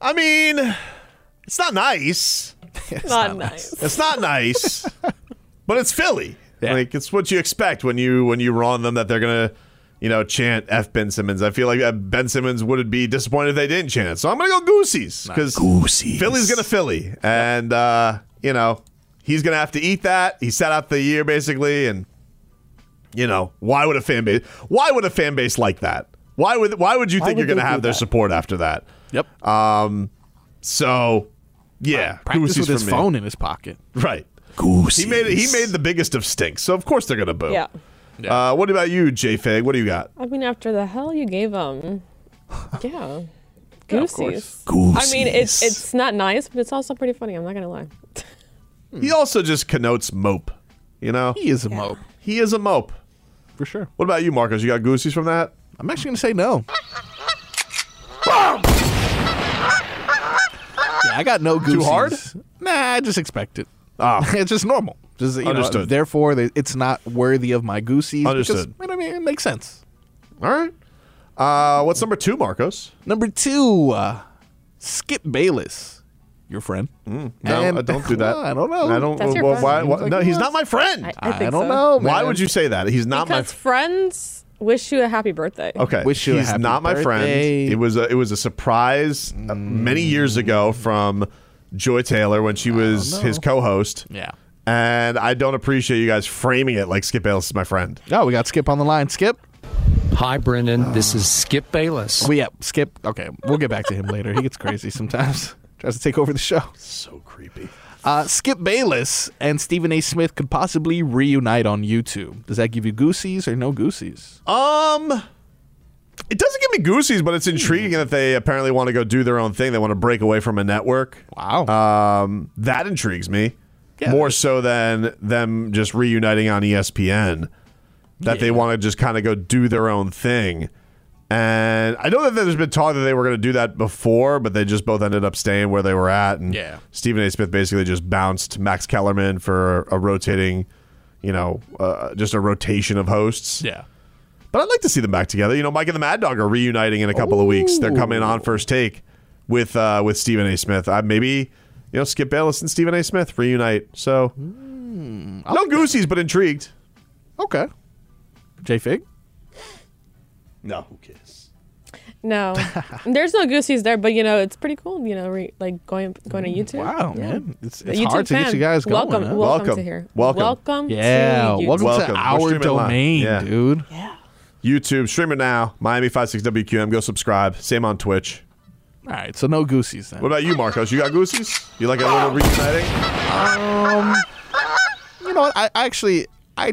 S3: I mean, it's not nice.
S5: it's
S4: Not nice.
S3: It's not nice, but it's Philly. Like it's what you expect when you when you wrong them that they're gonna, you know, chant F Ben Simmons. I feel like uh, Ben Simmons would be disappointed if they didn't chant it. So I'm gonna go Goosies because Goosies. Philly's gonna Philly, and uh, you know he's gonna have to eat that. He sat out the year basically, and you know why would a fan base why would a fan base like that? Why would why would you
S5: Why
S3: think
S5: would
S3: you're gonna
S5: they
S3: have
S5: do
S3: their
S5: that?
S3: support after that? Yep.
S5: Uh,
S3: Um. So yeah,
S5: Practice
S3: Goosies
S5: with his
S3: for me.
S5: phone in his pocket.
S3: Right. He made he made the biggest of stinks, so of course they're gonna boo.
S4: Yeah.
S3: Uh, what about you, J Fig? What do you got?
S4: I mean, after the hell you gave him, yeah,
S3: of
S4: goosies. I mean, it's it's not nice, but it's also pretty funny. I'm not gonna lie.
S3: He also just connotes mope. You know,
S5: Hmm. he is a mope.
S3: He is a mope
S5: for sure.
S3: What about you, Marcos? You got goosies from that?
S5: I'm actually gonna say no. Yeah, I got no goosies.
S3: Too hard?
S5: Nah, I just expect it.
S3: Ah.
S5: it's just normal. Just you know,
S3: Understood.
S5: therefore, they- it's not worthy of my goosies. because-
S3: Understood.
S5: I mean, it makes sense.
S3: All right. Uh, what's number two, Marcos?
S5: Number two, uh, Skip Bayless, your friend.
S3: Mm. No,
S5: And-
S3: I don't do that.
S5: Well, I don't know.
S3: I don't. well, why, why- no, he's not my friend.
S4: I- I think
S5: don't
S4: so.
S5: know.
S3: Why
S5: Oh, man.
S3: would you say that? He's not my.
S4: Because friends wish you a happy birthday.
S3: Okay.
S5: Wish you a
S3: He's
S5: happy
S3: not my friend.
S5: birthday.
S3: It was a, it was a surprise uh, many years ago from Joy Taylor when she was his co-host.
S5: Yeah.
S3: And I don't appreciate you guys framing it like Skip Bayless is my friend.
S5: No, we got Skip on the line. Skip.
S11: Hi, Brendan. This is Skip Bayless.
S5: Oh, yeah, Skip. Okay, we'll get back to him later. He gets crazy sometimes. Tries to take over the show.
S3: So creepy.
S5: Uh, Skip Bayless and Stephen A. Smith could possibly reunite on YouTube. Does that give you goosies or no goosies?
S3: Um, it doesn't give me goosies, but it's intriguing that they apparently want to go do their own thing. They want to break away from a network.
S5: Uh,
S3: Wow. Um, that intrigues me more so than them just reuniting on E ESPN. That they want to just kind of go do their own thing. And I know that there's been talk that they were going to do that before, but they just both ended up staying where they were at. And
S5: Yeah.
S3: Stephen A. Smith basically just bounced Max Kellerman for a rotating, you know, uh, just a rotation of hosts.
S5: Yeah.
S3: But I'd like to see them back together. You know, Mike and the Mad Dog are reuniting in a couple of weeks. They're coming on first take with uh, with Stephen A. Smith. I, maybe you know Skip Bayless and Stephen A. Smith reunite. So no goosies, but intrigued.
S5: Okay. J Fig?
S3: No, who cares?
S4: No, there's no goosies there, but you know it's pretty cool. You know, re- like going going to YouTube.
S5: Mm, Wow,
S4: Yeah.
S5: man. It's,
S4: The
S5: it's
S4: YouTube
S5: hard to get
S4: fan.
S5: you guys going.
S4: Welcome,
S5: huh?
S4: welcome, to here.
S5: yeah,
S4: to YouTube.
S5: welcome,
S3: Welcome.
S5: to
S3: We're
S5: our
S3: streaming live.
S5: domain,
S3: Yeah.
S5: dude.
S3: YouTube stream it now. Miami 56WQM. Go subscribe. Same on Twitch.
S5: All right, so no goosies then.
S3: What about you, Marcos? You got goosies? You like a little reuniting?
S5: Um, you know what? I, I actually I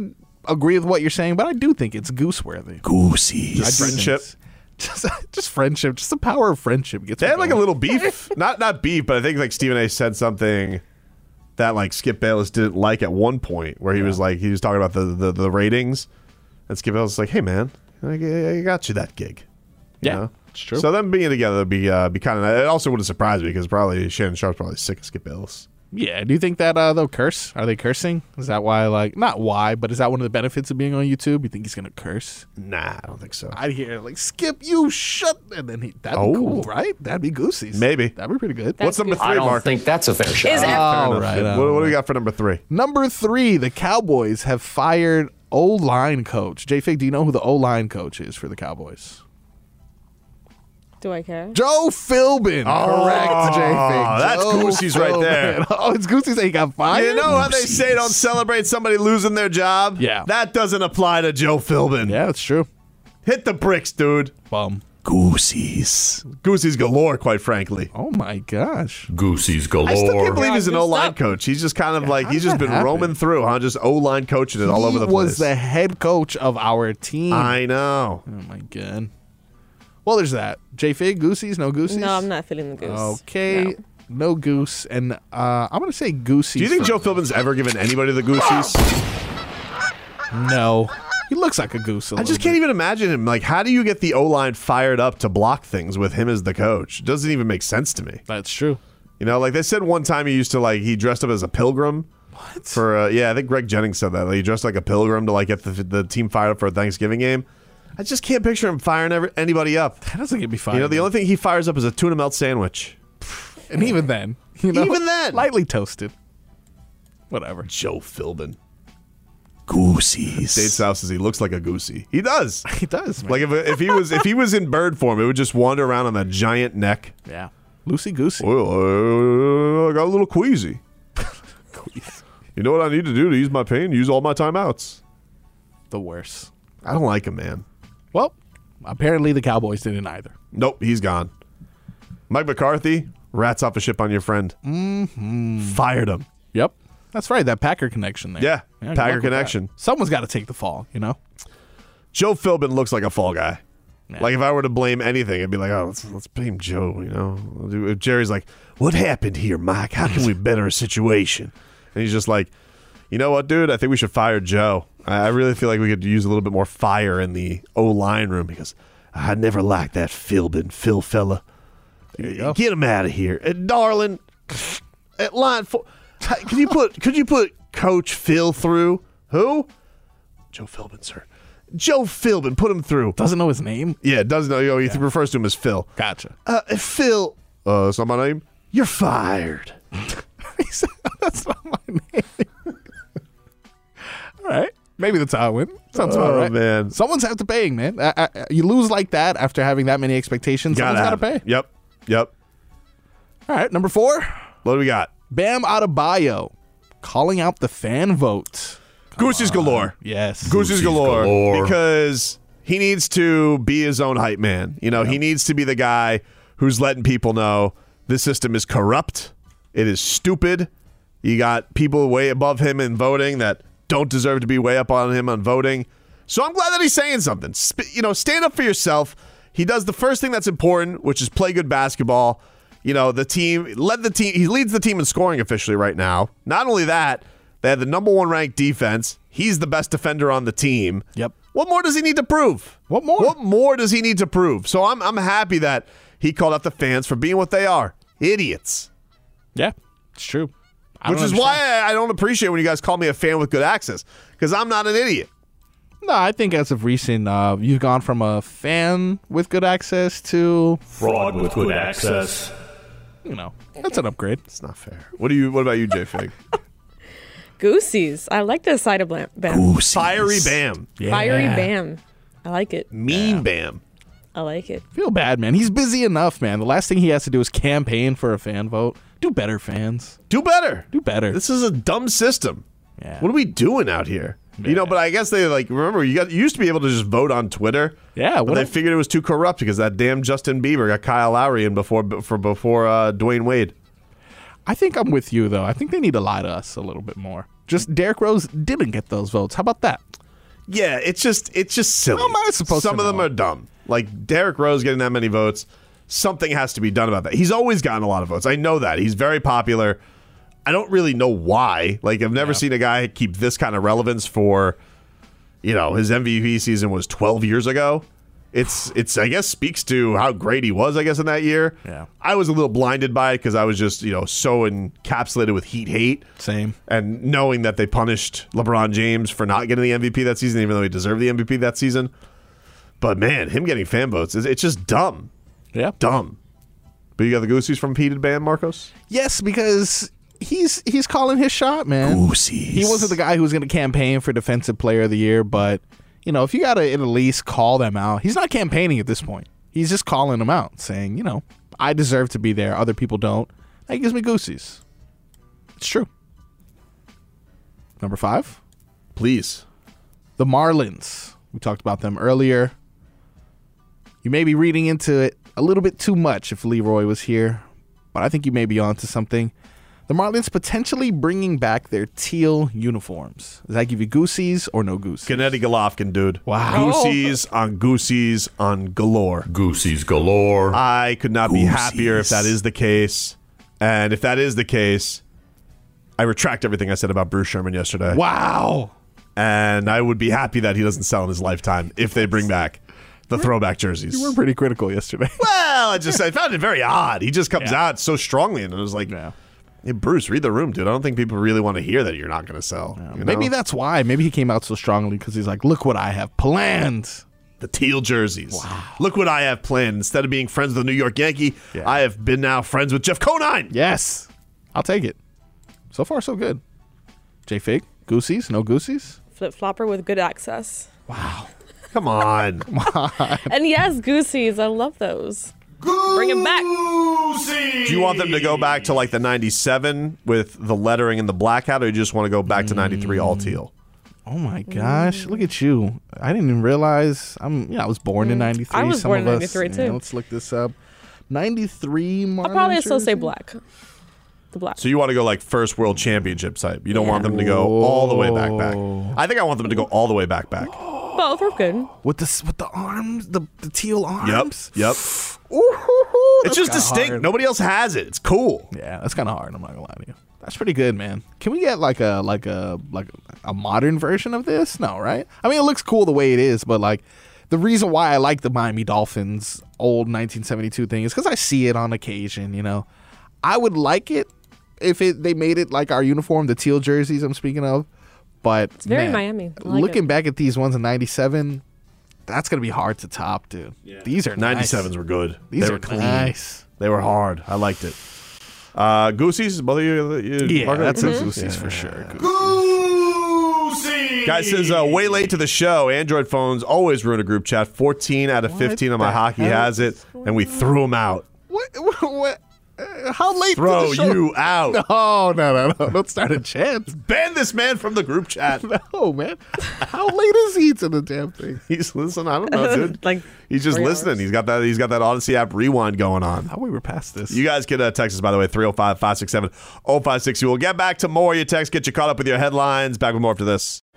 S5: agree with what you're saying, but I do think it's gooseworthy.
S3: Goosies.
S5: I do think
S3: Friendship.
S5: it's- Just, just friendship. Just the power of friendship gets.
S3: They
S5: me
S3: had like a
S5: going.
S3: little beef. not not beef, but I think like Stephen A. said something that like Skip Bayless didn't like at one point, where he was like he was talking about the the, the ratings, and Skip Bayless was like, "Hey man, I, I got you that gig." You
S5: Yeah,
S3: know?
S5: it's true.
S3: So them being together would be uh, be kind of. It also would have surprised me because probably Shannon Sharp's probably sick of Skip Bayless.
S5: Yeah. Do you think that uh, they'll curse? Are they cursing? Is that why? Like, not why, but is that one of the benefits of being on YouTube? You think he's gonna curse?
S3: Nah, I don't think so.
S5: I'd hear like Skip, you shut, and then he. That'd be
S3: Oh.
S5: cool, right? That'd be Goosey's.
S3: Maybe.
S5: That'd be pretty good.
S3: What's number three, Mark?
S11: that's a fair
S5: shot. Is it? All
S3: Fair enough.
S5: right, all
S3: What, what do we got for number three?
S5: Number three, the Cowboys have fired O line coach. J Fig, do you know who the O line coach is for the Cowboys?
S4: Do I care?
S5: Joe Philbin.
S4: Oh,
S5: Correct, J Fig.
S3: that's
S5: Joe
S3: Goosey's right there.
S5: Philbin. Oh, it's Goosey's that he got fired?
S3: You know how they say don't celebrate somebody losing their job?
S5: Yeah.
S3: That doesn't apply to Joe Philbin.
S5: Yeah, that's true.
S3: Hit the bricks, dude.
S5: Bum.
S3: Goosey's. Goosey's galore, quite frankly.
S5: Oh, my gosh.
S3: Goosey's galore. I still can't believe he's an O line coach. He's just kind of like, he's just
S5: that
S3: been
S5: happen?
S3: roaming through, huh? Just O line coaching it all
S5: He
S3: over the
S5: was
S3: place.
S5: the head coach of our team.
S3: I know.
S5: oh, my God. Well, there's that. J Fig, Goosey's, no Goosey's?
S4: No, I'm not feeling the goose.
S5: Okay. No. goose, and uh, I'm gonna say goosey.
S3: Do you think Joe Philbin's ever given anybody the Goosey's?
S5: No, he looks like a goose. I
S3: I just can't even imagine him. Like, how do you get the O line fired up to block things with him as the coach? It doesn't even make sense to me.
S5: That's true.
S3: You know, like they said one time he used to like he dressed up as a pilgrim. What? For uh, yeah, I think Greg Jennings said that like, he dressed like a pilgrim to like get the, the team fired up for a Thanksgiving game. I just can't picture him firing ever, anybody up.
S5: That doesn't get me fired.
S3: You know, the only thing he fires up is a tuna melt sandwich.
S5: and even then, you know,
S3: Even then.
S5: lightly toasted. Whatever.
S3: Joe Philbin. Goosey. Dave South says he looks like a goosey. He does.
S5: He does. Man.
S3: Like if, if he was if he was in bird form, it would just wander around on that giant neck.
S5: yeah, loosey goosey.
S3: Well, uh, I got a little queasy. You know what I need to do to ease my pain? Use all my timeouts.
S5: The worst.
S3: I don't like him, man.
S5: Well, apparently the Cowboys didn't either.
S3: Nope, he's gone. Mike McCarthy, rats off a ship on your friend. Mm-hmm. Fired him.
S5: Yep, that's right. That Packer connection there.
S3: Yeah,
S5: good luck
S3: Packer
S5: with
S3: connection.
S5: that. Someone's got to take the fall. You know.
S3: Joe Philbin looks like a fall guy. Like if I were to blame anything, it'd be like, oh, let's, let's blame Joe. You know, if Jerry's like, what happened here, Mike? How can we better a situation? And he's just like, you know what, dude? I think we should fire Joe. I I really feel like we could use a little bit more fire in the O line room because I never liked that Philbin Phil fella. Get him out of here, Uh, darling. At line four, can you put could you put Coach Phil through who? Joe Philbin, sir. Joe Philbin, put him through.
S5: Doesn't know his name.
S3: Yeah, does know. You know, he refers to him as Phil.
S5: Gotcha.
S3: Uh, Phil. Uh, that's not my name. You're fired.
S5: He said, "Oh, that's not my name. All right. Maybe that's how it went. Sounds about
S3: Oh,
S5: right.
S3: man.
S5: Someone's have to pay, man. I, I, you lose like that after having that many expectations. someone's got
S3: have
S5: to pay.
S3: him. Yep. Yep.
S5: All right, number four,
S3: What do we got?
S5: Bam Adebayo, calling out the fan vote.
S3: Goosey's galore.
S5: Yes.
S3: Goosey's galore, because he needs to be his own hype man. You know, he needs to be the guy who's letting people know this system is corrupt. It is stupid. You got people way above him in voting that don't deserve to be way up on him on voting. So I'm glad that he's saying something. Sp- you know, stand up for yourself. He does the first thing that's important, which is play good basketball. You know, the team led the team. He leads the team in scoring officially right now. Not only that, they have the number one ranked defense. He's the best defender on the team.
S5: Yep.
S3: What more does he need to prove?
S5: What more?
S3: What more does he need to prove? So I'm I'm happy that he called out the fans for being what they are, idiots.
S5: Yeah, it's true. I
S3: Which
S5: don't
S3: is why I, I don't appreciate when you guys call me a fan with good access because I'm not an idiot.
S5: understand. No, I think as of recent, uh, you've gone from a fan with good access to,
S12: Fraud with good access.
S5: you know, that's an upgrade.
S3: It's not fair. What do you? What about you, J Fig?
S4: Goosey's. I like the side of blam- bam.
S3: Fiery Bam,
S4: Fiery bam. I like it.
S3: mean Bam.
S4: I like it.
S5: Feel bad, man. He's busy enough, man. The last thing he has to do is campaign for a fan vote. Do better, fans.
S3: Do better.
S5: Do better.
S3: This is a dumb system.
S5: Yeah.
S3: What are we doing out here? You know, but I guess they like remember you got you used to be able to just vote on Twitter.
S5: Yeah,
S3: but
S5: what
S3: they
S5: a-
S3: figured it was too corrupt because that damn Justin Bieber got Kyle Lowry in before for before uh, Dwayne Wade.
S5: I think I'm with you though. I think they need to lie to us a little bit more. Just Derrick Rose didn't get those votes. How about that?
S3: Yeah, it's just it's just silly.
S5: How am I supposed
S3: Some
S5: to
S3: of them
S5: know?
S3: are dumb. Like Derrick Rose getting that many votes, something has to be done about that. He's always gotten a lot of votes. I know that. He's very popular. I don't really know why. Like I've never seen a guy keep this kind of relevance for you know, his MVP season was 12 years ago. it's it's I guess speaks to how great he was. I guess in that year, yeah. I was a little blinded by it because I was just you know so encapsulated with Heat hate.
S5: Same.
S3: And knowing that they punished LeBron James for not getting the MVP that season, even though he deserved the MVP that season. But man, him getting fan votes, is- it's just dumb.
S5: Yeah.
S3: Dumb. But you got the Goosies from Pete and Bam, Marcos?
S5: Yes, because he's he's calling his shot, man. He wasn't the guy who was going to campaign for defensive player of the year, but you know, if you got to at least call them out, he's not campaigning at this point. He's just calling them out, saying, you know, I deserve to be there. Other people don't. That gives me goosies. It's true. Number five,
S3: please.
S5: The Marlins. We talked about them earlier. You may be reading into it a little bit too much if Leroy was here, but I think you may be onto something. The Marlins potentially bringing back their teal uniforms. Does that give you goosies or no goose?
S3: Gennady Golovkin, dude.
S5: Wow.
S3: Goosies on goosies on galore.
S12: Goosies galore.
S3: I could not be happier if
S12: Goosies.
S3: that is the case. And if that is the case, I retract everything I said about Bruce Sherman yesterday.
S5: Wow.
S3: And I would be happy that he doesn't sell in his lifetime if they bring back the throwback jerseys.
S5: You were pretty critical yesterday.
S3: Well, I just I found it very odd. He just comes out so strongly, and it was like, hey, Bruce, read the room, dude. I don't think people really want to hear that you're not going to sell. you know?
S5: Maybe that's why. Maybe he came out so strongly because he's like, look what I have planned.
S3: the teal jerseys. Wow. Look what I have planned. Instead of being friends with the New York Yankee, I have been now friends with Jeff Conine.
S5: Yes. I'll take it. So far, so good. J Fig, goosies, no goosies?
S4: Flip flopper with good access.
S3: Come on.
S4: And yes, goosies. I love those. Bring them back.
S3: Do you want them to go back to like the 97 with the lettering and the black hat, or you just want to go back to 93 all teal?
S5: Oh my gosh, look at you. I didn't even realize I'm yeah, I was born in ninety three.
S4: Mm. I was
S5: Some
S4: born
S5: of
S4: in
S5: us-
S4: 93
S5: yeah,
S4: too.
S5: let's look this up. Ninety three Marlins.
S4: I'll probably still say
S5: jersey?
S4: black. The black.
S3: So you want to go like first world championship type. You don't want them to go all the way back back. I think I want them to go all the way back back.
S4: Both are good.
S5: with the s- with the arms, the, the teal
S3: Yep.
S5: arms.
S3: Yep.
S5: that's
S3: it's just
S5: kinda
S3: distinct.
S5: hard.
S3: Nobody else has it. It's cool.
S5: Yeah, that's kind of hard. I'm not gonna lie to you. That's pretty good, man. Can we get like a like a like a modern version of this? No, right? I mean, it looks cool the way it is, but like the reason why I like the Miami Dolphins old 1972 thing is because I see it on occasion. You know, I would like it if it they made it like our uniform, the teal jerseys I'm speaking of. But it's
S4: very Miami. I like
S5: looking
S4: it.
S5: back at these ones in '97, that's gonna be hard to top, dude. These are
S3: 97s
S5: nice.
S3: were good.
S5: These
S3: they
S5: are
S3: were clean.
S5: nice.
S3: They were hard. I liked it. Uh, Goosey's, mother, you, you
S5: Yeah,
S3: Marco?
S5: that's a Goosey's for sure.
S3: Guy says, uh, way late to the show. Android phones always ruin a group chat. 14 out of 15 on my hockey has it, and we threw them out.
S5: What? What? what uh, how late?
S3: Throw
S5: did the show?
S3: you out.
S5: No, no, no, no! Don't start a chance.
S3: Ban this man from the group chat.
S5: No, man. How late is he to the damn thing?
S3: He's listening. I don't know, dude. like he's just
S5: three
S3: listening. He's got that. He's got that Odyssey app rewind going on.
S5: How we were past this?
S3: You guys can uh, text us, by the way, 305 567 0560. We'll get back to more of your texts, get you caught up with your headlines. Back with more after this.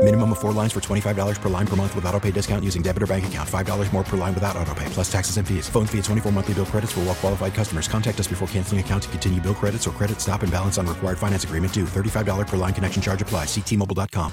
S8: Minimum of four lines for $25 per line per month with auto pay discount using debit or bank account. $5 more per line without auto pay, plus taxes and fees. Phone fee at 24 monthly bill credits for all qualified customers. Contact us before canceling account to continue bill credits or credit stop and balance on required finance agreement due. $35 per line connection charge apply. Ctmobile.com.